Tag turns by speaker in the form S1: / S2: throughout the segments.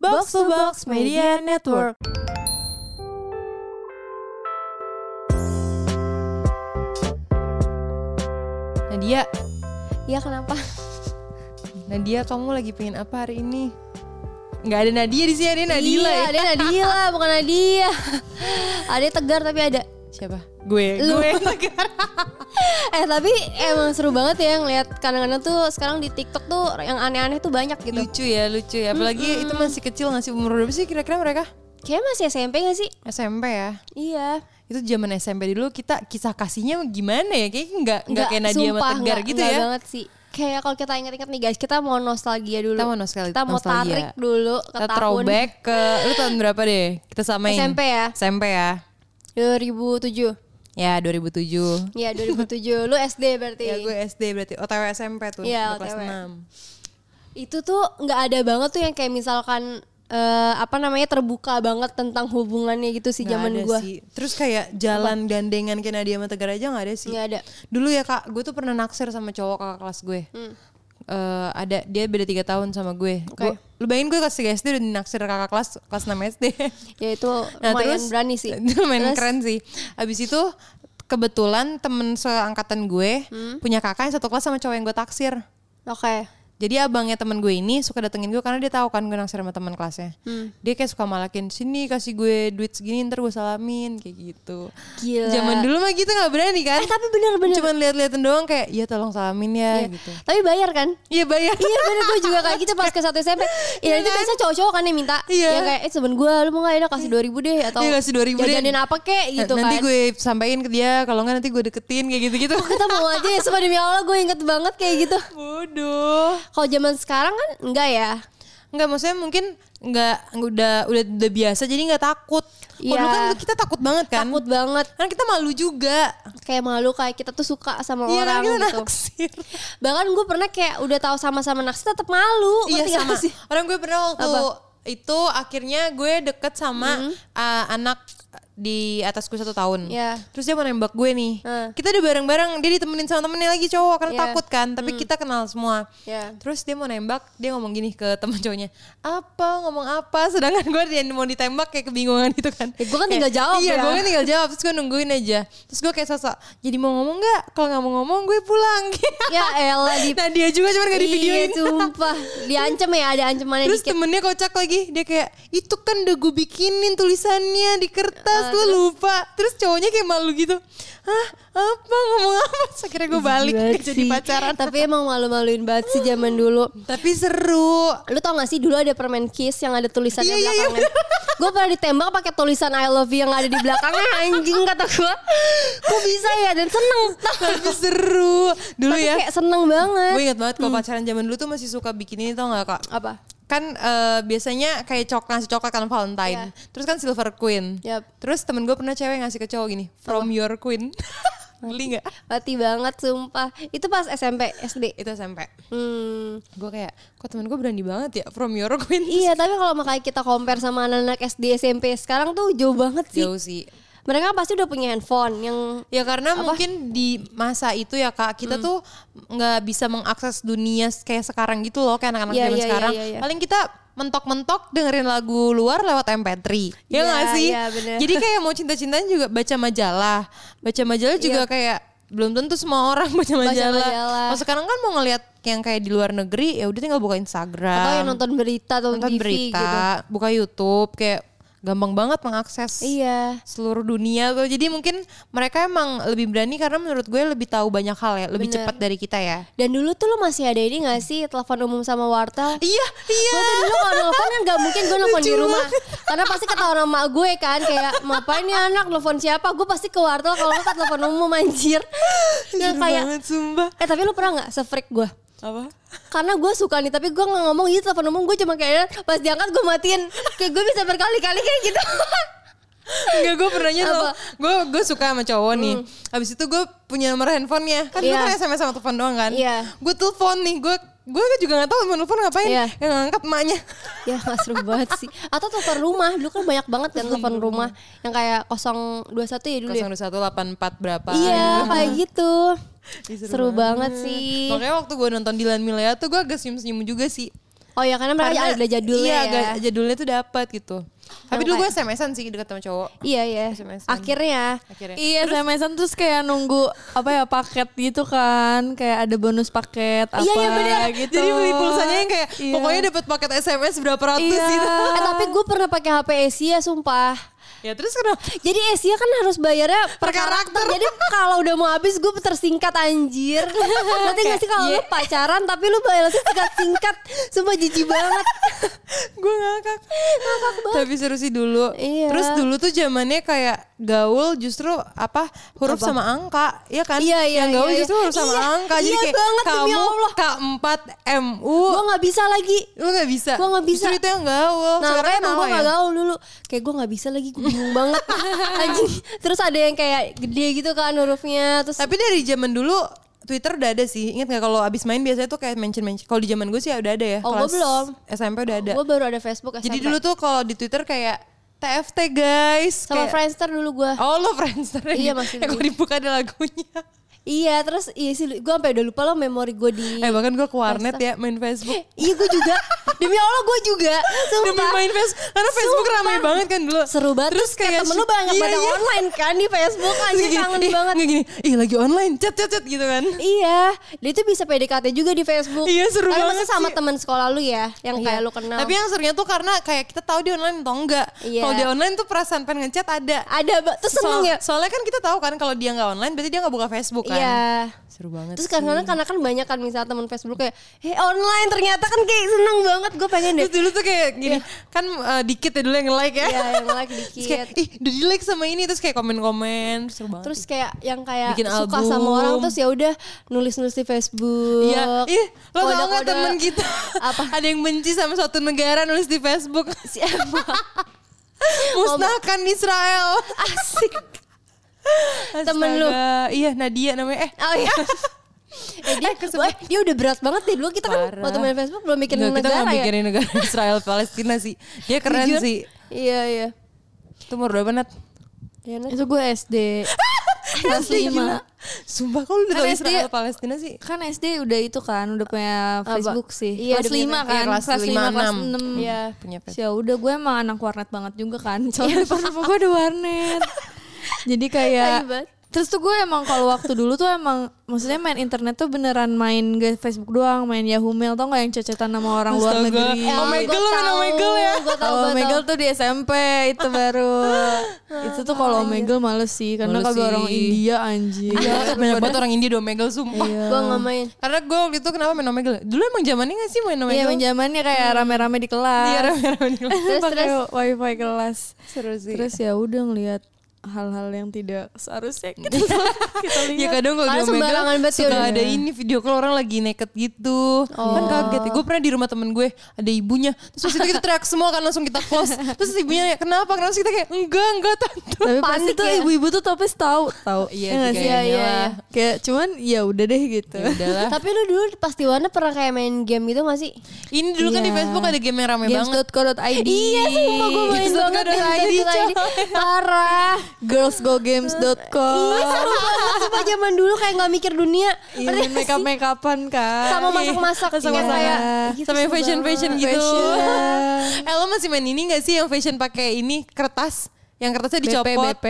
S1: Box to Box Media Network. Nadia,
S2: Ya kenapa?
S1: Nadia kamu lagi pengen apa hari ini? Nggak ada Nadia di sini, ada Nadila
S2: Iya,
S1: ya?
S2: ada Nadila, bukan Nadia. Ada tegar tapi ada.
S1: Siapa? Gue,
S2: Lu.
S1: gue.
S2: Eh tapi emang seru banget ya ngelihat kadang-kadang tuh sekarang di TikTok tuh yang aneh-aneh tuh banyak gitu.
S1: lucu ya, lucu ya. Apalagi itu masih kecil, ngasih umur berapa sih kira-kira mereka?
S2: Kayaknya masih SMP gak sih?
S1: SMP ya.
S2: Iya.
S1: Itu zaman SMP dulu kita kisah kasihnya gimana ya? Kayaknya nggak nggak kayak Nadia sama
S2: sumpah,
S1: Tegar
S2: nggak-
S1: gitu
S2: nggak
S1: ya.
S2: banget sih. Kayak kalau kita ingat-ingat nih guys, kita mau nostalgia dulu.
S1: Kita mau nostalgia.
S2: Kita mau
S1: nostalgia.
S2: tarik dulu ke
S1: Kita
S2: tahun
S1: throwback ke lu tahun berapa deh? Kita samain.
S2: SMP ya.
S1: SMP ya.
S2: 2007.
S1: Ya 2007.
S2: Ya 2007. Lu SD berarti.
S1: Ya gue SD berarti OTW SMP tuh
S2: Iya,
S1: udah kelas
S2: OTW.
S1: 6.
S2: itu tuh nggak ada banget tuh yang kayak misalkan eh, apa namanya terbuka banget tentang hubungannya gitu sih
S1: Nggak ada
S2: zaman gua
S1: sih. Terus kayak jalan gandengan kayak Nadia sama Tegar aja nggak ada sih.
S2: nggak ada
S1: Dulu ya kak, gue tuh pernah naksir sama cowok kakak kelas gue.
S2: Hmm.
S1: Eh, ada dia beda tiga tahun sama gue.
S2: Oke.
S1: Gue- Lu bayangin gue kelas 3 SD udah naksir kakak kelas kelas 6 SD.
S2: ya itu
S1: Nah,
S2: lumayan berani sih
S1: Lumayan
S2: Terus,
S1: keren sih. Habis itu kebetulan temen seangkatan gue
S2: Hmm.
S1: punya kakak yang satu kelas sama cowok yang gue taksir.
S2: oke
S1: Jadi abangnya temen gue ini suka datengin gue karena dia tahu kan gue naksir sama teman kelasnya.
S2: Hmm.
S1: Dia kayak suka malakin sini kasih gue duit segini ntar gue salamin kayak gitu.
S2: Gila.
S1: Zaman dulu mah gitu nggak berani kan?
S2: eh tapi bener-bener
S1: Cuman lihat-lihatin doang kayak ya tolong salamin ya
S2: Iya.
S1: gitu.
S2: tapi bayar kan
S1: Iya bayar.
S2: Iya bener gue juga kayak gitu pas ke satu SMP Ya itu biasanya cowok-cowok kan yang minta
S1: Iya.
S2: Ya kayak eh temen gue lu mau gak ya udah kasih 2000 deh Atau
S1: Iya, kasih 2000 deh. Eh,
S2: jajanin apa kek gitu
S1: nanti
S2: kan
S1: gue sampaiin ke dia kalau nggak nanti gue deketin kayak gitu-gitu.
S2: Kita mau aja ya sumpah demi Allah gue inget banget kayak gitu
S1: Bodoh.
S2: Kalau zaman sekarang kan enggak ya
S1: Enggak maksudnya mungkin enggak udah udah udah biasa jadi enggak takut. Kalau dulu
S2: Iya.
S1: kan kita takut banget kan?
S2: Takut banget
S1: Karena kita malu juga.
S2: kayak malu kayak kita tuh suka sama
S1: Iya kan kita
S2: orang gitu.
S1: naksir.
S2: Bahkan gue pernah kayak udah tahu sama-sama naksir tetap malu.
S1: Iya
S2: ngerti gak
S1: sama.
S2: ya sih?
S1: Orang gue pernah waktu itu akhirnya gue deket
S2: Hmm.
S1: sama uh, anak di atas gue satu tahun.
S2: Iya.
S1: Terus dia mau nembak gue nih.
S2: Hmm.
S1: Kita udah bareng-bareng, dia ditemenin sama temennya lagi cowok karena
S2: Iya.
S1: takut kan. Tapi kita kenal semua.
S2: Iya.
S1: Terus dia mau nembak, dia ngomong gini ke temen cowoknya, apa ngomong apa? Sedangkan gue dia mau ditembak kayak kebingungan gitu kan.
S2: Ya, gue kan
S1: Kayak,
S2: tinggal jawab
S1: Iya,
S2: ya.
S1: gue kan tinggal jawab. Terus gue nungguin aja. Terus gue kayak sosok, jadi mau ngomong nggak? Kalau nggak mau ngomong, gue pulang.
S2: Ya elah di
S1: nah dia juga cuman gak di videoin.
S2: Iya, sumpah. Diancem ya ada ancamannya
S1: Terus
S2: dikit.
S1: temennya kocak lagi Dia kayak Itu kan udah gue bikinin tulisannya Di
S2: Ah,
S1: kertas Lu lupa Terus cowoknya kayak malu gitu Hah apa ngomong apa Terus Akhirnya gue balik
S2: Gila
S1: nggak Jadi
S2: sih.
S1: pacaran
S2: Tapi emang malu-maluin banget sih zaman dulu.
S1: Tapi seru
S2: Lu tau gak sih dulu ada permen kiss yang ada tulisannya
S1: Iya, iya, iya,
S2: belakangnya. Gue pernah ditembak pakai tulisan I love you yang ada di belakangnya anjing kata gue. Kok bisa ya dan seneng.
S1: Tapi seru Dulu
S2: Tapi
S1: ya
S2: kayak Hmm. seneng banget.
S1: Gue ingat banget kalau pacaran zaman dulu tuh masih suka bikin ini tau gak kak
S2: Apa?
S1: Kan eh, biasanya kayak cok ngasih coklat kan Valentine Terus kan Silver Queen
S2: Iya. Yap.
S1: Terus temen gue pernah cewek ngasih ke cowok gini From your queen Beli gak?
S2: Mati banget sumpah. Itu pas SMP, SD.
S1: Itu SMP
S2: Hmm.
S1: gue kayak kok temen gue berani banget ya from your queen
S2: Iya, tapi kalau makanya kita compare sama anak-anak SD SMP sekarang tuh jauh banget sih.
S1: jauh sih
S2: Mereka pasti udah punya handphone yang
S1: ya karena mungkin di masa itu ya kak
S2: Mm.
S1: kita tuh nggak bisa mengakses dunia kayak sekarang gitu loh kayak anak-anak
S2: Iya,
S1: zaman
S2: iya, iya,
S1: sekarang
S2: iya, iya.
S1: paling kita mentok-mentok dengerin lagu luar lewat MP3 ya
S2: Iya,
S1: nggak sih
S2: iya, bener.
S1: jadi kayak mau cinta-cintaan juga baca majalah baca majalah
S2: Iya.
S1: juga kayak belum tentu semua orang baca majalah.
S2: majalah.
S1: Kalau sekarang kan mau ngelihat yang kayak di luar negeri ya udah tinggal buka Instagram.
S2: atau yang nonton berita atau
S1: nonton
S2: TV
S1: berita,
S2: gitu.
S1: buka YouTube kayak gampang banget mengakses
S2: Iya.
S1: seluruh dunia tuh. Jadi mungkin mereka emang lebih berani karena menurut gue lebih tahu banyak hal ya, lebih cepat dari kita ya.
S2: Dan dulu tuh lo masih ada ini gak sih telepon umum sama wartel?
S1: Iya, iya.
S2: Gue tuh dulu kalau nelfon kan gak mungkin gue nelfon di
S1: Lucu
S2: rumah Karena pasti ketahuan sama gue kan Kayak ngapain nih anak nelfon siapa Gue pasti ke wartel kalau nggak ke telepon umum anjir Yang
S1: Seru
S2: kayak
S1: banget sumpah.
S2: Eh tapi lu pernah gak sefreak gue?
S1: Apa?
S2: karena gue suka nih tapi gue nggak ngomong gitu telepon umum gue cuma kayak pas diangkat gue matiin kayak gue bisa berkali-kali kayak gitu
S1: Enggak gue pernahnya tuh
S2: Apa? Hmm.
S1: Gue gue suka sama cowok nih Abis itu gue punya nomor handphonenya Kan
S2: Iya.
S1: dulu kan SMS sama telepon doang kan
S2: Iya.
S1: Gue telepon nih Gue gue juga gak tau mau telepon ngapain
S2: Iya.
S1: Yang ngangkat emaknya
S2: ya nggak seru banget sih atau telepon rumah dulu kan banyak banget kan telepon rumah yang kayak 021 ya dulu ya
S1: 0184 berapa
S2: iya kayak gitu
S1: Ih,
S2: seru, banget. sih
S1: Makanya waktu gue nonton Dilan Milea tuh gue agak senyum-senyum juga sih.
S2: Oh ya karena mereka ada jadulnya
S1: iya,
S2: ya.
S1: agak jadulnya tuh dapat gitu. Tapi
S2: Yang
S1: dulu gue
S2: kayak-
S1: SMS-an sih deket sama cowok.
S2: Iya iya.
S1: SMS-an.
S2: Akhirnya.
S1: Akhirnya.
S3: Iya, SMS-an terus kayak nunggu apa ya paket gitu kan, kayak ada bonus paket apa
S1: Iya iya benar.
S3: gitu.
S1: Jadi beli pulsanya yang kayak
S3: Iya.
S1: pokoknya dapat paket SMS berapa ratus
S3: Iya.
S1: gitu.
S2: Eh, tapi gue pernah pakai HP Asia sumpah.
S1: Ya terus kenapa?
S2: Jadi Asia kan harus bayarnya
S1: Per
S2: per
S1: karakter.
S2: karakter. Jadi kalau udah mau habis gue tersingkat anjir. Nanti gak sih kalau lu
S1: Iya.
S2: pacaran tapi lu balasnya singkat-singkat. Sumpah jijik banget.
S1: gue ngakak. Tapi seru sih dulu.
S2: Iya.
S1: Terus dulu tuh zamannya kayak gaul justru apa huruf
S2: Apa?
S1: sama angka, ya kan?
S2: Iya, iya,
S1: Yang gaul
S2: iya,
S1: justru
S2: iya.
S1: huruf sama
S2: Iya,
S1: angka. Jadi
S2: iya
S1: kayak
S2: banget, demi
S1: kamu
S2: Allah.
S1: K4 MU.
S2: Gue gak bisa lagi.
S1: Lu gak bisa.
S2: Gua nggak bisa.
S1: Justru itu yang gaul.
S2: Nah
S1: Sekarang
S2: makanya emang gue
S1: kenapa
S2: gak
S1: ya?
S2: gaul dulu Kayak gue gak bisa lagi Gue bingung banget Anjing Terus ada yang kayak gede gitu kan hurufnya Terus
S1: Tapi dari zaman dulu Twitter udah ada sih. Ingat gak kalau abis main biasanya tuh kayak mention-mention. Kalau di zaman gue sih udah ada ya.
S2: Oh, gua
S1: Kelas
S2: belum. Oh,
S1: SMP udah ada.
S2: gue baru ada Facebook
S1: Jadi
S2: SMP.
S1: dulu tuh kalau di Twitter kayak TFT guys.
S2: Sama
S1: kayak,
S2: Friendster dulu gue
S1: Oh lo Friendster ya?
S2: Iya,
S1: Ya,
S2: masih
S1: Kalau
S2: dulu.
S1: dibuka ada lagunya.
S2: Iya terus Iya sih gue sampai udah lupa loh memori gue di
S1: Eh bahkan gue ke warnet ya main Facebook.
S2: Iya gue juga Demi Allah gue juga Sumpah
S1: Demi main Facebook. Karena Facebook
S2: Sumpah.
S1: ramai banget kan dulu.
S2: Seru banget
S1: Terus kayak
S2: temen lu banyak
S1: iya,
S2: pada
S1: iya.
S2: online kan di Facebook Anjir
S1: Terus kayak
S2: kangen
S1: gini, ih,
S2: banget
S1: nggak gini. Ih lagi online. Chat chat chat gitu kan.
S2: Iya Dia tuh bisa PDKT juga di Facebook
S1: Iya, seru
S2: Tapi
S1: banget
S2: maksudnya sama
S1: sih.
S2: teman sekolah lu ya Yang kayak lu kenal
S1: Tapi yang serunya tuh karena kayak kita tahu dia online atau enggak.
S2: Iya.
S1: Kalau dia online tuh perasaan pengen ngechat ada.
S2: Ada ba- Terus seneng
S1: Soal-
S2: ya
S1: Soalnya kan kita tahu kan kalau dia nggak online berarti dia nggak buka Facebook kan.
S2: Iya
S1: Seru banget.
S2: Terus kadang-kadang karena kan banyak kan misalnya teman Facebook kayak Eh online ternyata kan kayak seneng banget Gue pengen deh
S1: Terus dulu tuh kayak gini, kan eh, dikit ya dulu yang like ya.
S2: Iya yang like
S1: Terus kayak,
S2: dikit
S1: ih udah di like sama ini terus kayak komen-komen, seru banget.
S2: Terus kayak yang kayak
S1: Bikin
S2: suka
S1: album.
S2: sama orang terus ya udah nulis-nulis di Facebook.
S1: Iya, ih, lo tau gak
S2: Kode-kode.
S1: temen kita
S2: Apa?
S1: Ada yang benci sama suatu negara nulis di Facebook
S2: Siapa?
S1: Musnahkan Israel
S2: Asik. Temen lu.
S1: Astaga. Iya Nadia namanya Eh
S2: Oh iya. Eh, dia, wah, dia udah berat banget deh dulu kita kan
S1: Parah.
S2: waktu main Facebook belum bikin
S1: Nggak, kita
S2: negara
S1: nggak
S2: ya.
S1: mikirin negara Israel Palestina sih Dia keren
S2: Jujur.
S1: sih
S2: Iya iya. Ya
S1: Itu umur berapa Nat?
S2: Diana
S3: Itu gue SD. Kelas
S1: SD, gila.
S3: 5.
S1: Sumpah kalau udah
S3: Kan
S1: tau
S3: SD
S1: Israel Palestina sih
S3: Kan SD udah itu kan, udah punya
S2: Apa?
S3: Facebook sih.
S2: Iya,
S3: kelas
S2: udah punya
S3: 5
S1: Iya,
S3: kan,
S1: kelas
S3: lima,
S1: lima,
S3: kelas
S1: enam.
S3: 6.
S2: Iya.
S1: Punya pet.
S3: Ya udah gue emang anak warnet banget juga kan. Soalnya depan rumah gue ada warnet. Jadi kayak
S2: Tai banget.
S3: Terus tuh gue emang kalau waktu dulu tuh emang maksudnya main internet tuh beneran main gak Facebook doang, main Yahoo Mail tau gak yang cecetan sama orang luar
S1: Astaga.
S3: negeri.
S1: Oh my God, lu main
S2: gua tahu,
S1: Omegle ya?
S2: Gua tahu,
S3: Kalau
S2: gua tahu.
S3: Omegle tuh di SMP itu baru. itu tuh kalau
S2: Iya.
S3: Omegle males sih karena
S1: Males
S3: kalau
S1: sih.
S3: orang India Iya. anjir.
S1: Iya, banyak banget orang India domegel sumpah
S2: Gua nggak main.
S1: Karena gue waktu itu kenapa main nomegel Dulu emang zamannya gak sih main
S3: Iya,
S1: nomegel
S3: emang zamannya kayak rame-rame di
S1: Iya,
S3: kelas.
S1: rame-rame di kelas.
S2: Hmm. Terus,
S3: Pakai
S2: terus.
S3: wifi kelas.
S1: Seru sih
S3: Terus ya udah ngelihat hal-hal yang tidak seharusnya kita, kita lihat.
S1: Ya kadang kalau di
S2: Karena
S1: Omegle
S2: sembarangan banget ya
S1: suka
S2: udah.
S1: ada ini video call orang lagi naked gitu. Kan kaget ya. Gue pernah di rumah temen gue ada ibunya. Terus waktu itu kita teriak semua kan langsung kita close. Terus ibunya kayak, kenapa? Kenapa Terus kita kayak enggak enggak tante.
S3: Tapi pasti
S2: Panik
S3: tuh
S2: ya.
S3: ibu-ibu tuh topes tahu tahu.
S1: Iya
S3: nggak
S1: sih,
S3: sih?
S1: kayaknya
S3: Iya,
S1: lah.
S3: iya. Kayak cuman ya udah deh gitu.
S2: Iya.
S1: Udahlah.
S2: Ya, Tapi lu dulu pasti warna pernah kayak main game gitu gak sih?
S1: Ini dulu kan di
S3: Iya.
S1: Facebook ada game yang rame banget.
S3: Games.co.id
S2: Iya sumpah gue main
S1: Games.co.id,
S2: banget di
S1: coy.
S2: Parah Iya
S3: Girlsgogames.com
S2: seru banget Sumpah zaman dulu kayak gak mikir dunia
S3: Iya,
S2: Ngerti gak
S3: main make up
S2: sih?
S3: make upan kan.
S2: Sama masak-masak
S1: Sama
S2: Iya,
S1: sama
S2: kayak, gitu
S1: sama
S2: seru
S1: yang fashion fashion
S2: banget.
S1: gitu.
S3: Fashion.
S1: eh lo masih main ini gak sih yang fashion pakai ini kertas? Yang kertasnya
S3: BP,
S1: dicopot.
S3: BP.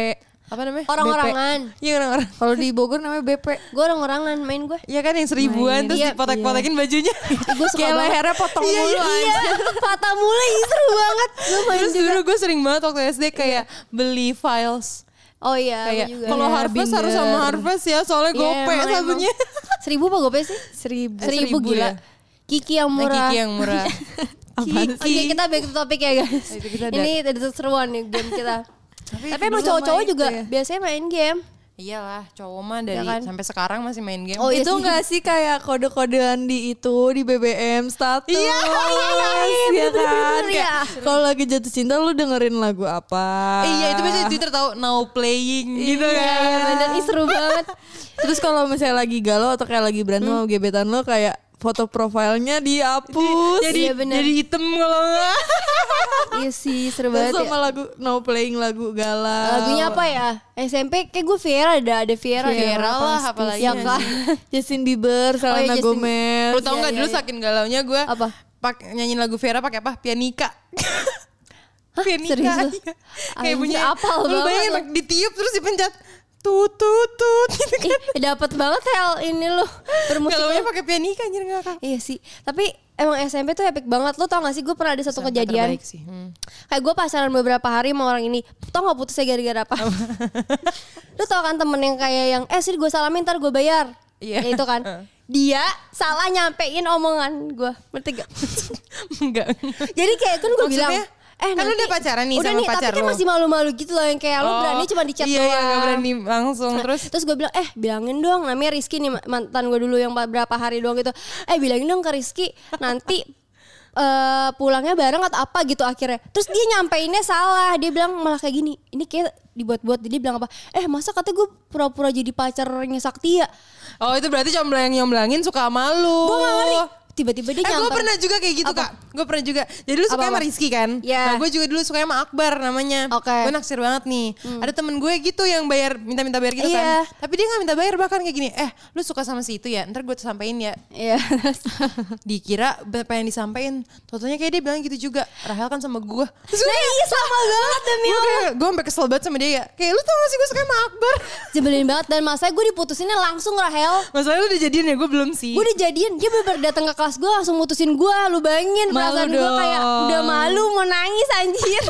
S1: Apa namanya?
S2: Orang-orangan
S1: Iya orang-orang.
S3: Kalau di Bogor namanya BP.
S2: Gue orang-orangan main gue
S1: Iya kan yang seribuan
S3: Main.
S1: terus
S2: Iya,
S1: dipotek-potekin bajunya.
S2: Gue suka
S3: Kayak
S2: banget
S3: lehernya potong
S2: Iya,
S3: mulu.
S2: Iya Patah mulai seru banget Gue main
S1: Terus dulu gue sering banget waktu SD kayak beli files
S2: Oh iya gua
S1: kayak
S2: juga
S1: kalau
S3: Iya,
S1: harvest harus
S3: binder.
S1: sama harvest ya soalnya
S2: Iya,
S1: gope
S2: emang, emang.
S1: satunya.
S2: Seribu apa gue sih?
S3: Seribu.
S1: Eh,
S2: Seribu
S1: seribu
S2: gila
S1: ya.
S2: Kiki yang
S1: Nah,
S2: murah
S1: Kiki yang murah.
S3: Apaan
S2: Oke kita back to topic ya guys.
S1: Itu kita ada-
S2: Ini tadi seruan nih game kita. Tapi, emang
S3: dulu sama
S2: cowok-cowok
S3: itu
S2: juga
S3: ya.
S2: biasanya main game.
S1: Iyalah, cowok mah dari
S2: Iya kan?
S1: sampai sekarang masih main game.
S2: Oh, iya
S3: itu
S2: sih.
S3: enggak sih kayak kode-kodean di itu di BBM status
S1: Iya,
S2: kan?
S1: iya,
S3: iya, kan
S2: bener,
S3: Kayak kalau lagi jatuh cinta lu dengerin lagu apa
S1: Eh, iya itu biasanya di Twitter tahu now playing gitu
S2: Iya
S1: kan.
S2: bener, ih seru banget.
S3: terus kalau misalnya lagi galau atau kayak lagi berantem sama gebetan lu kayak foto profilnya dihapus
S1: Jadi
S2: Iya, bener.
S1: jadi item kalau enggak.
S2: Iya sih seru banget.
S3: terus sama
S2: Ya.
S3: lagu no playing lagu galau
S2: Lagunya apa ya? SMP kayak gue Viera ada ada Viera. ya.
S1: Viera lah,
S2: Pasti.
S1: apalagi
S2: Ya
S1: nggak
S2: kan.
S3: Justin Bieber Selena
S2: Justin-
S3: Gomez
S1: Lu tau
S2: Iya,
S1: nggak
S2: iya,
S1: dulu
S2: iya.
S1: saking galaunya gue
S2: Apa?
S1: pak nyanyiin lagu Vera pakai apa? Pianika. Pianika.
S2: serius lu?
S1: iya.
S2: Anjir,
S1: Kayak bunyi
S2: apal
S1: Lu
S2: banget
S1: bayangin
S2: lu.
S1: like, ditiup terus dipencet tut tut tut gitu kan.
S2: Ih, dapat banget hell ini lu
S1: Galaunya
S2: bermusiknya.
S1: pakai pianika anjir ngakak.
S2: Iya sih, tapi emang SMP tuh epic banget. Lu tau gak sih gue pernah ada satu kejadian.
S1: Terbaik sih. Hmm.
S2: Kayak gue pasaran beberapa hari sama orang ini. Tau gak putusnya gara-gara apa? lu tau kan temen yang kayak yang, eh sih gue salamin ntar gue bayar.
S1: Iya.
S2: Ya, Itu kan.
S1: Heeh.
S2: Dia salah nyampein omongan gue. Ngerti gak?
S1: Enggak.
S2: Jadi kayak kan gue bilang,
S1: Maksudnya?
S2: eh
S1: Kan lu udah pacaran nih
S2: udah
S1: sama
S2: nih,
S1: pacar
S2: tapi kan
S1: lu.
S2: masih malu-malu gitu loh yang kayak lu
S1: Oh,
S2: berani cuma di chat
S1: iya,
S2: doang.
S1: Iya, nggak berani langsung
S2: Nah,
S1: terus.
S2: terus gue bilang eh bilangin dong namanya Rizky nih mantan gue dulu yang berapa hari doang gitu eh bilangin dong ke Rizky nanti eh, pulangnya bareng atau apa gitu akhirnya terus dia nyampeinnya salah dia bilang malah kayak gini ini kayak dibuat-buat dia bilang apa eh masa katanya gue pura-pura jadi pacarnya Sakti ya
S1: Oh, itu berarti nyomblang-nyomblangin suka sama lu.
S2: gue gak ngerti tiba-tiba
S1: Eh
S2: dia
S1: gue
S2: nyamper
S1: pernah juga kayak gitu
S2: Apa?
S1: kak Gue pernah juga Jadi dulu suka
S2: Apa-apa?
S1: sama Rizky kan
S2: Iya.
S1: Nah gue juga dulu suka sama Akbar namanya
S2: Oke. Hmm.
S1: Gue naksir banget nih Ada temen gue gitu yang bayar Minta-minta bayar gitu
S2: Iya.
S1: kan Tapi dia gak minta bayar bahkan kayak gini Eh lu suka sama si itu ya Ntar gue sampein ya
S2: Iya.
S1: Dikira apa yang disampein Totonya kayak dia bilang gitu juga Rahel kan sama gue Terus gue
S2: nah iya sama banget demi
S1: gue
S2: Allah
S1: kayak Gue sampe kesel banget sama dia ya Kayak lu tau gak sih gue suka sama Akbar
S2: Jebelin banget dan masa gue diputusinnya langsung Rahel
S1: Masalahnya lu udah jadian ya gue belum sih
S2: gue udah jadian dia bener datang ke kelas gue langsung mutusin gue lu bayangin
S1: Malu
S2: perasaan gue kayak
S1: dong.
S2: udah malu mau nangis anjir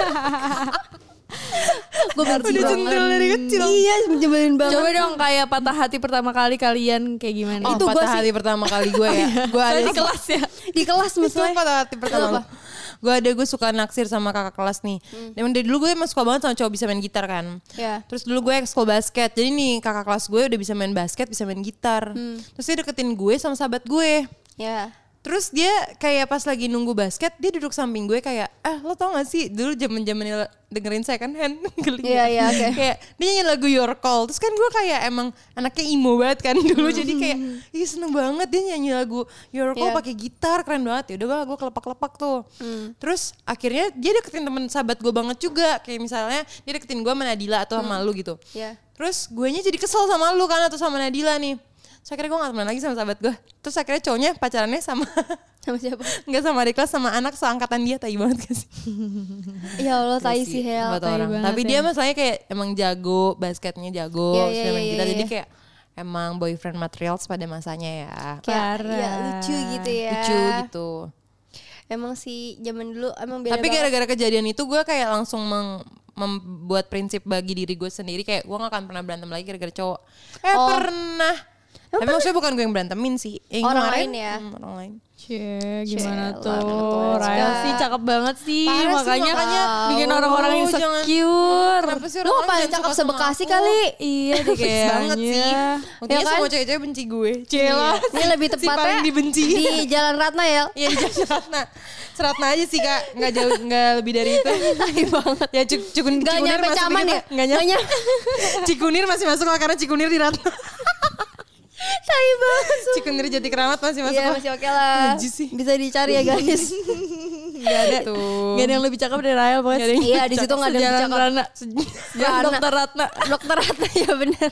S2: gue benci
S1: Udah
S2: banget
S1: centil dari kecil
S2: iya nyebelin banget
S3: Coba dong kayak patah hati pertama kali kalian kayak gimana?
S1: Oh,
S2: Itu gua
S1: patah
S2: sih.
S1: hati pertama kali gue ya Gue ada
S3: di kelas ya.
S2: di kelas
S1: Itu
S2: misalnya
S1: patah hati pertama. Gue ada gue suka naksir sama kakak kelas nih. Emang dari dulu gue emang suka banget sama cowok bisa main gitar kan.
S2: Iya.
S1: Terus dulu gue ekskul basket. Jadi nih kakak kelas gue udah bisa main basket, bisa main gitar. Terus dia deketin gue sama sahabat gue.
S2: ya
S1: Terus dia kayak pas lagi nunggu basket, dia duduk samping gue kayak, ah lo tau gak sih dulu zaman zaman dengerin second hand, geli
S2: Iya,
S1: gak?
S2: iya, oke.
S1: kayak dia nyanyi lagu Your Call, terus kan gue kayak emang anaknya emo banget kan dulu, jadi kayak, ih seneng banget dia nyanyi lagu Your Call
S2: Hmm. Iya. Hmm.
S1: pakai gitar, keren banget. Ya udah gue kelepak-kelepak tuh. Terus akhirnya dia deketin teman sahabat gue banget juga, kayak misalnya dia deketin gue sama Nadila atau sama lu gitu.
S2: ya
S1: Terus guenya jadi kesel sama lu kan atau sama Nadila nih. Terus akhirnya gue gak temenan lagi sama sahabat gue. Terus akhirnya cowoknya pacarannya sama
S2: sama siapa
S1: nggak sama adik kelas sama anak seangkatan dia tai banget gak sih?
S2: ya Allah tai sih Hel
S1: Iya Buat
S3: tai
S1: orang.
S3: banget
S1: Tapi
S3: ya.
S1: dia masalahnya kayak emang jago basketnya jago,
S2: Iya,
S1: yeah,
S2: iya, iya,
S1: kita
S2: iya,
S1: jadi
S2: iya.
S1: kayak emang boyfriend materials pada masanya ya.
S2: kayak
S3: Parah.
S2: ya, lucu gitu ya
S1: Lucu gitu.
S2: emang sih zaman dulu emang beda
S1: Tapi
S2: banget.
S1: gara-gara kejadian itu gue kayak langsung meng- membuat prinsip bagi diri gue sendiri kayak gue gak akan pernah berantem lagi gara-gara cowok. Eh
S2: Oh.
S1: pernah. Tapi maksudnya bukan gue yang berantemin sih. Yang
S2: Orang
S1: kemarin,
S2: lain ya?
S1: hmm, orang lain.
S3: Cie, gimana
S2: Cie,
S3: tuh?
S2: lah, betul juga.
S3: Rael sih cakep banget sih.
S1: Parah sih,
S3: makanya,
S1: makanya
S3: bikin
S1: tahu,
S3: orang-orang
S1: jangan-
S3: insecure.
S1: Kenapa sih
S2: lu
S1: orang lain
S2: paling
S1: jangan
S2: cakep
S1: suka sama
S2: sebekasi
S1: aku?
S2: kali
S3: Iya deh
S1: Fix banget sih. Buktinya
S2: Ya kan?
S1: semua cewek-cewek benci gue.
S3: Iya.
S1: Cela.
S2: ini lebih
S1: Si
S2: tepatnya
S1: paling dibenci.
S2: di Jalan Ratna ya
S1: Iya di Seratna. Seratna aja sih kak. Nggak jauh, nggak lebih dari itu.
S2: tai banget
S1: Ya cuk, cukun,
S2: Nggak
S1: cikunir
S2: nyampe
S1: masuk
S2: Caman
S1: dikit
S2: ya?
S1: lah. Nggak nyampe.
S2: Nggak nyampe.
S1: cikunir masih masuk lah karena cikunir di Ratna.
S2: tai banget
S1: cikunir jadi keramat masih masuk
S2: Iya
S1: lah.
S2: masih oke lah.
S1: Anjir sih.
S2: Bisa dicari ya guys.
S1: Nggak ada tuh.
S3: Gak ada yang lebih cakep dari Rael pokoknya.
S1: Nggak ada yang
S2: Iya, di situ nggak ada yang
S3: Sejalan
S2: cakep.
S3: Ratna. Sejalan
S2: Ratna.
S3: Dokter Ratna.
S2: Dokter Ratna ya benar.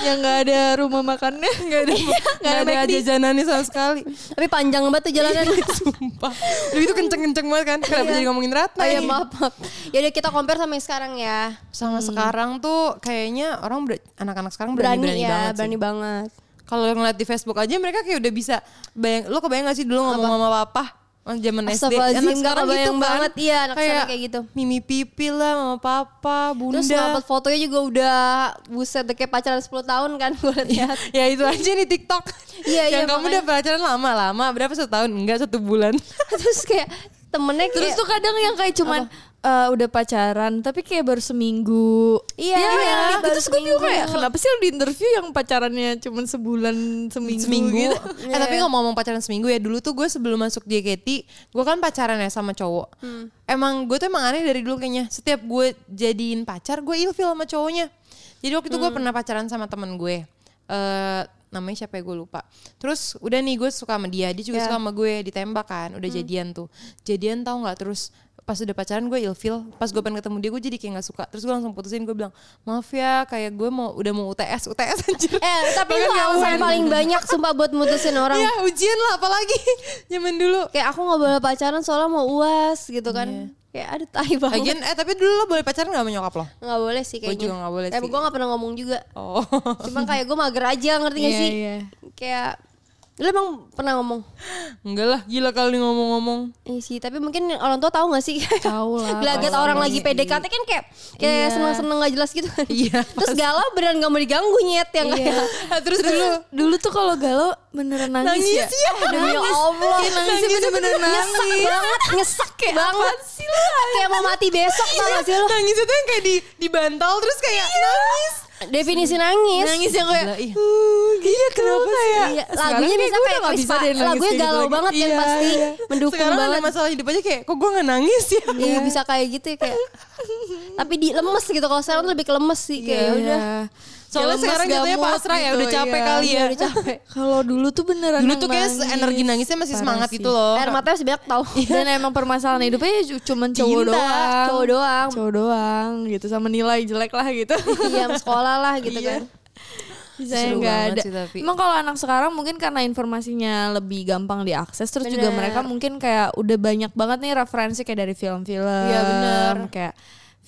S3: Yang gak ada rumah makannya. Gak ada.
S2: Iya,
S1: Nggak ada Iya. jajanannya sama sekali.
S2: Tapi panjang banget tuh jalanan.
S1: Sumpah. Lu itu kenceng-kenceng banget kan. Kenapa jadi ngomongin Ratna
S2: Oh ya
S1: ya?
S2: maaf maaf. Ya udah kita compare sama yang sekarang ya.
S1: Sama sekarang tuh kayaknya orang ber- anak-anak sekarang
S2: Berani,
S1: berani-berani
S2: ya,
S1: banget sih.
S2: berani banget.
S1: Kalau ngeliat di Facebook aja mereka kayak udah bisa bayang lo kebayang gak sih dulu ngomong sama papa zaman SD
S2: Astagfirullahaladzim,
S1: Anak
S2: gak
S1: sekarang
S2: kebayang
S1: kan.
S2: banget. Iya, anak sekarang kayak gitu.
S1: Mimi pipi lah sama papa, bunda.
S2: Terus dapat fotonya juga udah buset deh, kayak pacaran 10 tahun kan gue lihat.
S1: ya itu aja nih TikTok.
S2: Iya, iya,
S1: Yang kamu
S2: makanya.
S1: udah pacaran lama-lama, berapa satu tahun? Enggak, satu bulan.
S2: Terus kayak temennya kayak
S3: Terus tuh kadang yang kayak cuman eh, udah pacaran tapi kayak baru seminggu.
S2: Iya,
S3: Ya,
S2: iya,
S3: yang gitu.
S2: baru
S3: Terus gue bingung
S2: seminggu.
S3: kayak kenapa sih yang di interview yang pacarannya cuman sebulan seminggu,
S1: seminggu.
S3: gitu.
S1: Eh tapi ngomong-ngomong pacaran seminggu ya dulu tuh gue sebelum masuk JKT, gue kan pacaran ya sama cowok. Emang gue tuh emang aneh dari dulu kayaknya. Setiap gue jadiin pacar, gue ilfil sama cowoknya. Jadi waktu itu gue pernah pacaran sama temen gue. Eh namanya siapa ya gue lupa. Terus udah nih gue suka sama dia, dia juga
S2: Ya.
S1: suka sama gue, ditembak kan, udah jadian tuh. Jadian tau nggak terus pas udah pacaran gue ilfil pas gue pengen ketemu dia gue jadi kayak nggak suka terus gue langsung putusin gue bilang maaf ya kayak gue mau udah mau UTS UTS anjir
S2: Eh, tapi
S1: Bahkan
S2: itu
S1: nggak
S2: alasan
S1: UN.
S2: paling banyak sumpah buat mutusin orang.
S1: ya ujian lah apalagi zaman dulu
S2: Kayak aku nggak boleh pacaran soalnya mau UAS gitu kan.
S1: Iya.
S2: Kayak ada tai banget.
S1: Lagian eh tapi dulu lo boleh pacaran gak sama nyokap lo?
S2: Nggak boleh sih kayaknya.
S1: juga nggak boleh
S2: Tapi
S1: sih.
S2: gue nggak pernah ngomong juga.
S1: Oh.
S2: Cuma kayak gue mager aja ngerti gak
S3: Iya,
S2: sih?
S3: iya.
S2: Kayak lu emang pernah ngomong
S1: Enggak lah, gila kali ngomong-ngomong.
S2: Iya sih, tapi mungkin orang tua tahu gak sih?
S3: Tahu lah, Iya.
S2: Gelagat orang lagi PDKT kan kayak kayak seneng-seneng gak jelas gitu kan.
S1: Iya,
S2: Terus galau beneran gak mau diganggu nyet yang
S3: Iya.
S2: kayak.
S1: Ah, Terus dulu
S3: Dulu tuh kalau galau beneran nangis,
S1: nangis
S3: ya.
S1: ya.
S2: Demi Allah.
S3: Kayak nangisnya ya, bener-bener
S2: Nyesek banget, nyesek banget. Kayak mau mati besok tau gak sih lu?
S3: Iya.
S1: Nangis itu yang kayak di di bantal terus kayak nangis.
S2: Definisi nangis.
S3: Nangis yang
S1: Gila,
S3: kayak
S1: iya. iya kenapa ya?
S2: Iya, lagunya bisa kayak Chris Pak. Lagunya
S1: gitu
S2: galau banget yang pasti mendukung
S1: Iya, Sekarang
S2: banget.
S1: ada masalah hidup aja kayak kok gue gak nangis ya.
S2: Iya bisa kayak gitu ya kayak. Tapi di lemes gitu kalau sekarang tuh lebih ke lemes sih kayak ya
S3: Iya.
S2: udah.
S1: Soalnya
S3: lemes,
S1: sekarang jatuhnya
S3: gamut
S1: pasrah ya, udah
S3: gitu,
S1: capek
S3: iya.
S1: kali
S2: Iya
S1: ya.
S2: udah capek.
S3: Kalau dulu tuh beneran
S1: Dulu
S3: yang
S1: tuh kayak
S3: nangis.
S1: energi nangisnya masih
S3: Parah
S1: semangat
S3: sih.
S1: gitu loh.
S2: Air matanya sebanyak tau.
S1: Iya.
S3: Dan emang permasalahan hidupnya ya cu- cuman cowok
S2: Cinta,
S3: doang.
S2: cowok doang.
S3: Cowok doang gitu sama nilai jelek lah gitu.
S2: Iya sekolah lah gitu
S1: Iya.
S2: kan.
S3: Saya
S1: Seru
S3: nggak
S1: banget
S3: ada.
S1: sih tapi.
S3: Emang kalau anak sekarang mungkin karena informasinya lebih gampang diakses terus juga
S2: Bener.
S3: mereka mungkin kayak udah banyak banget nih referensi kayak dari film-film.
S1: Iya, bener.
S3: Kayak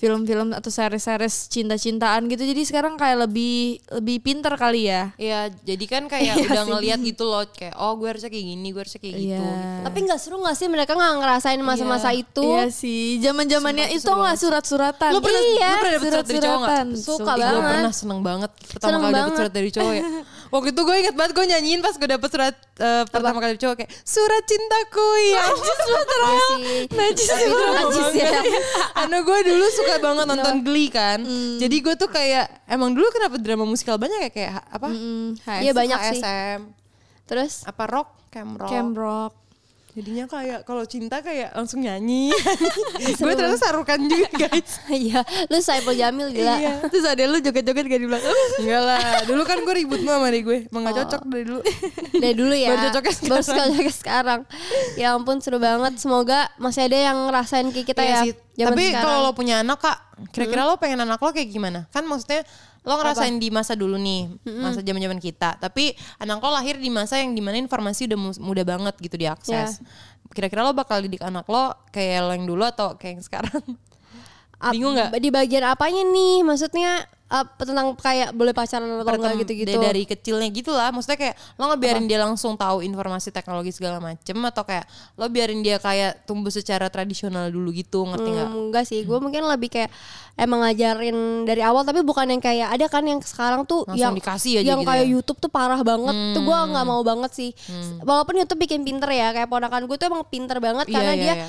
S3: film-film atau series-series cinta-cintaan gitu. Jadi sekarang kayak lebih lebih pinter kali ya.
S1: Iya, jadi kan kayak udah ngeliat gitu loh kayak oh gue harusnya kayak gini, gue harusnya kayak gitu.
S3: Iya.
S2: Tapi nggak seru nggak sih mereka nggak ngerasain masa-masa itu?
S3: Iya sih, zaman-zamannya itu nggak surat-suratan.
S1: Lu pernah,
S2: Iya,
S1: lu pernah dapet surat dari cowok gak?
S3: surat-suratan.
S2: Suka
S1: Ih, Gue
S2: banget.
S1: pernah seneng banget pertama
S2: Seneng
S1: kali dapet
S2: banget.
S1: surat dari cowok ya. Waktu itu gue inget banget gue nyanyiin pas gue dapet surat eh, pertama kali dari cowok kayak surat cintaku ya. Najis lu
S2: Iya
S1: terlalu.
S2: sih.
S1: Najis
S2: Tapi itu
S1: banget.
S2: najis ya.
S1: Karena gue dulu suka banget nonton Glee kan.
S2: Hmm.
S1: Jadi gue tuh kayak emang dulu kenapa drama musikal banyak ya kayak apa?
S3: Hai.
S2: Iya, banyak sih.
S1: HSM,
S2: Terus
S1: apa rock, cam rock.
S3: Camp Rock.
S1: Jadinya kayak kalau cinta kayak langsung nyanyi. gue ternyata sarukan juga guys.
S2: Iya, lu Saiful Jamil gila.
S1: Iya. Terus ada lu joget-joget gak di belakang? Enggak lah. Dulu kan gue ribut mulu sama adik gue. Emang
S2: Oh.
S1: gak cocok dari dulu.
S2: Dari dulu ya.
S1: Baru cocoknya sekarang.
S2: Baru cocoknya sekarang. Ya ampun seru banget. Semoga masih ada yang ngerasain kayak kita
S1: Iya
S2: ya.
S1: sih.
S2: zaman
S1: Tapi
S2: sekarang. Hmm.
S1: kalau lo punya anak kak, kira-kira lo pengen anak lo kayak gimana? Kan maksudnya lo ngerasain di masa dulu nih,
S2: Hmm.
S1: masa zaman-zaman kita. Tapi anak lo lahir di masa yang dimana informasi udah mu- mudah banget gitu
S2: Iya.
S1: diakses. Kira-kira lo bakal didik anak lo kayak lo yang dulu atau kayak yang sekarang?
S2: Ap-
S1: Bingung nggak?
S2: Di bagian apanya nih? Maksudnya ap- tentang kayak boleh pacaran atau enggak
S1: Pertem-
S2: gitu-gitu.
S1: dari- dari kecilnya gitu lah maksudnya kayak lo ngebiarin dia langsung tahu informasi teknologi segala macem atau kayak lo biarin dia kayak tumbuh secara tradisional dulu gitu ngerti nggak
S2: Hmm, enggak sih, gue mungkin lebih kayak emang ngajarin dari awal tapi bukan yang kayak ada kan yang sekarang tuh
S1: Langsung
S2: yang
S1: dikasih aja
S2: yang
S1: gitu
S2: kayak
S1: ya. Hmm.
S2: YouTube tuh parah banget tuh gue nggak mau banget sih. Walaupun YouTube bikin pinter ya, kayak ponakan gue tuh emang pinter banget
S1: Iya,
S2: karena
S1: iya,
S2: dia
S1: iya.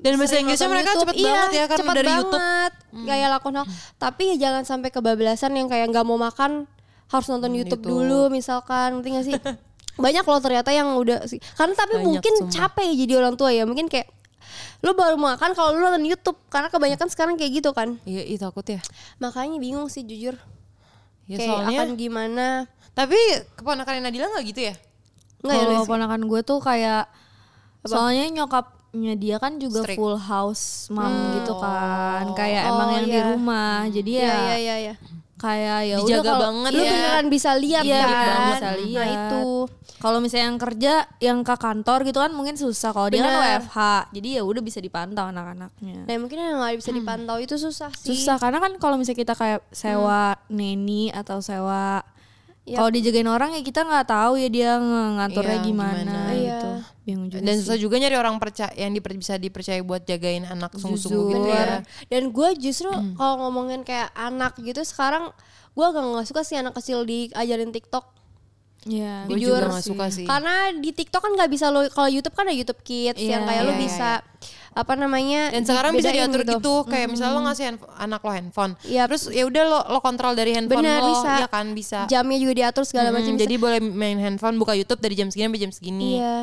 S1: dan bahasa
S2: sering
S1: Inggrisnya
S2: nonton
S1: mereka
S2: YouTube.
S1: cepet
S2: Iya,
S1: banget ya karena
S2: cepet
S1: dari
S2: banget.
S1: YouTube Hmm.
S2: kayak lakon hal. Tapi ya jangan sampai kebablasan yang kayak nggak mau makan harus nonton YouTube,
S1: YouTube.
S2: dulu misalkan ngerti gak sih banyak loh ternyata yang udah sih karena tapi
S1: Banyak,
S2: mungkin
S1: sumpah.
S2: capek ya jadi orang tua ya mungkin kayak lu baru makan kalau lu nonton YouTube karena kebanyakan sekarang kayak gitu kan
S1: iya iya takut ya
S2: makanya bingung sih jujur
S1: ya
S2: kayak
S1: soalnya
S2: akan gimana
S1: tapi keponakan Nadila nggak gitu ya
S2: nggak ya
S3: Kalau
S2: Luis?
S3: ponakan gue tuh kayak soalnya nyokapnya dia kan juga
S1: Strict.
S3: full house mom gitu kan. Kayak emang
S2: Oh,
S3: yang di
S2: iya.
S3: rumah. Jadi ya,
S2: Iya iya iya ya.
S3: kayak ya udah
S1: Dijaga
S3: kalau-
S1: banget
S2: lu
S1: ya.
S2: beneran bisa lihat
S3: Iya,
S2: kan
S3: bisa lihat.
S2: nah itu
S3: Kalau misalnya yang kerja, yang ke kantor gitu kan mungkin susah. Kalau dia kan
S2: Bener.
S3: WFH, jadi ya udah bisa dipantau anak-anaknya.
S2: nah mungkin yang nggak
S1: Hmm.
S2: bisa dipantau itu susah sih
S3: Susah karena kan kalau misalnya kita kayak sewa neni atau sewa
S2: Iya.
S3: kalau dijagain orang ya kita nggak tahu ya dia nge- ngaturnya
S1: Iya,
S3: gimana,
S1: gimana.
S3: gitu.
S2: Iya.
S3: Bingung juga.
S1: dan
S3: sih.
S1: susah juga nyari orang percaya yang diper- bisa dipercaya buat jagain anak sungguh-sungguh gitu
S2: Bener.
S1: ya
S2: Dan gue justru
S1: Hmm.
S2: kalau ngomongin kayak anak gitu sekarang gue agak nggak suka sih anak kecil diajarin TikTok.
S3: Iya,
S1: gue
S3: jujur
S1: juga nggak suka sih
S2: Karena di TikTok kan nggak bisa lo kalau YouTube kan ada YouTube Kids yang
S3: Iya,
S2: kayak lo
S1: iya,
S2: bisa apa namanya
S1: Dan sekarang bisa
S2: dibedain
S1: diatur gitu, kayak misalnya lo ngasih handf- anak lo handphone,
S2: Iya.
S1: terus ya udah lo lo kontrol dari handphone
S2: Bener,
S1: lo,
S2: bisa.
S1: ya kan bisa.
S2: Jamnya juga diatur segala
S1: Hmm,
S2: macam. bisa.
S1: jadi boleh main handphone, buka YouTube dari jam segini sampai jam segini.
S2: Iya.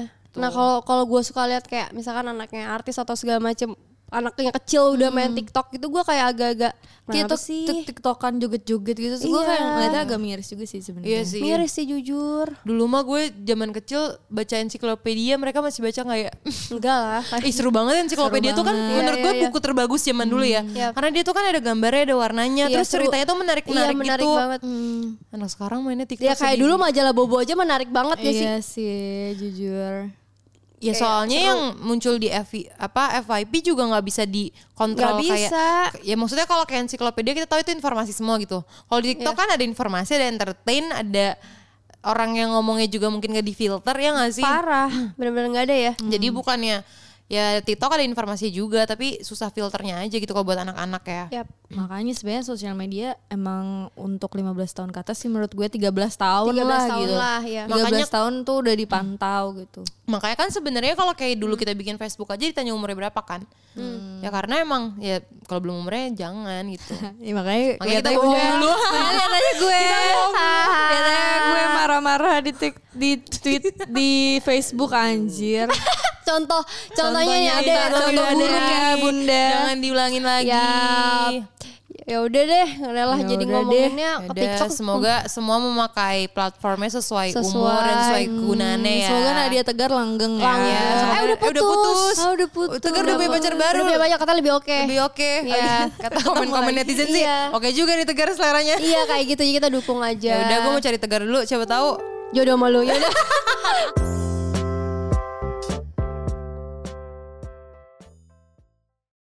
S2: Nah kalau kalau gue suka lihat kayak misalkan anaknya artis atau segala macem anaknya kecil udah main
S1: Mm.
S2: TikTok gitu gue kayak agak-agak kenapa
S3: Kita
S2: sih
S3: tiktokan joget-joget gitu terus gue
S2: Iya.
S3: kayak ngeliatnya agak miris juga sih
S1: Iya
S3: sebenarnya
S1: sih.
S2: miris sih jujur
S1: Dulu mah gue zaman kecil baca ensiklopedia mereka masih baca nggak ya?
S2: enggak lah
S1: Ih seru banget ensiklopedia tuh kan
S3: banget.
S1: menurut
S2: Iya,
S1: gue
S2: iya, iya.
S1: buku terbagus zaman dulu ya.
S2: Yap.
S1: Karena dia tuh kan ada gambarnya, ada warnanya,
S2: Iya,
S1: terus
S2: seru.
S1: ceritanya tuh menarik-menarik
S2: iya, menarik
S1: gitu.
S2: banget
S3: Hmm.
S1: Anak sekarang mainnya TikTok.
S2: ya
S1: sedih.
S2: kayak dulu majalah Bobo aja menarik banget ya sih
S3: iya sih jujur
S1: Ya soalnya yang muncul di FV, apa FYP juga nggak bisa dikontrol
S2: Nggak
S1: kayak
S2: bisa.
S1: ya maksudnya kalau kayak ensiklopedia kita tahu itu informasi semua gitu. Kalau di
S2: Iya.
S1: TikTok kan ada informasi, ada entertain, ada orang yang ngomongnya juga mungkin gak difilter ya nggak sih?
S2: parah bener-bener nggak ada ya
S1: Jadi bukannya ya TikTok ada informasi juga tapi susah filternya aja gitu kalau buat anak-anak ya.
S2: Yap.
S3: makanya sebenarnya sosial media emang untuk 15 tahun ke atas sih menurut gue 13 tahun
S2: 13
S3: lah
S2: tahun
S3: gitu
S2: lah, ya.
S3: 13
S1: Makanya-
S3: tahun tuh udah dipantau gitu
S1: Makanya kan sebenarnya kalau kayak dulu kita bikin Facebook aja ditanya umurnya berapa kan? Ya karena emang ya kalau belum umurnya jangan gitu.
S3: ya, makanya
S1: Makanya kita
S3: lihat
S1: bohong
S3: aja.
S1: dulu.
S3: lihat aja gue lihat aja gue marah-marah di tik, di tweet di Facebook anjir
S2: contoh contohnya nih ada
S3: Contohnya
S2: contoh
S3: ada.
S2: buruk ya
S3: ya, Bunda.
S1: Jangan diulangin lagi.
S2: Yap. ya udah deh udahlah
S3: Ya
S2: jadi
S3: udah
S2: ngomonginnya
S1: Ya
S2: ke
S1: udah,
S2: TikTok
S1: semoga semua memakai platformnya sesuai, umur
S2: Sesuai.
S1: dan sesuai kegunaannya ya.
S3: semoga Nadia Tegar langgeng ya,
S1: Langgeng.
S3: ya.
S1: semoga-
S2: eh udah
S1: eh,
S2: putus
S1: udah putus.
S2: Ah, udah putus
S1: Tegar udah punya pacar baru.
S2: udah punya banyak kata lebih oke
S1: Lebih oke ya. Kata komen-komen netizen sih.
S2: Iya.
S1: Oke juga nih Tegar seleranya.
S2: iya kayak gitu jadi kita dukung aja
S1: Ya udah gue mau cari Tegar dulu siapa tahu
S2: jodoh malu ya udah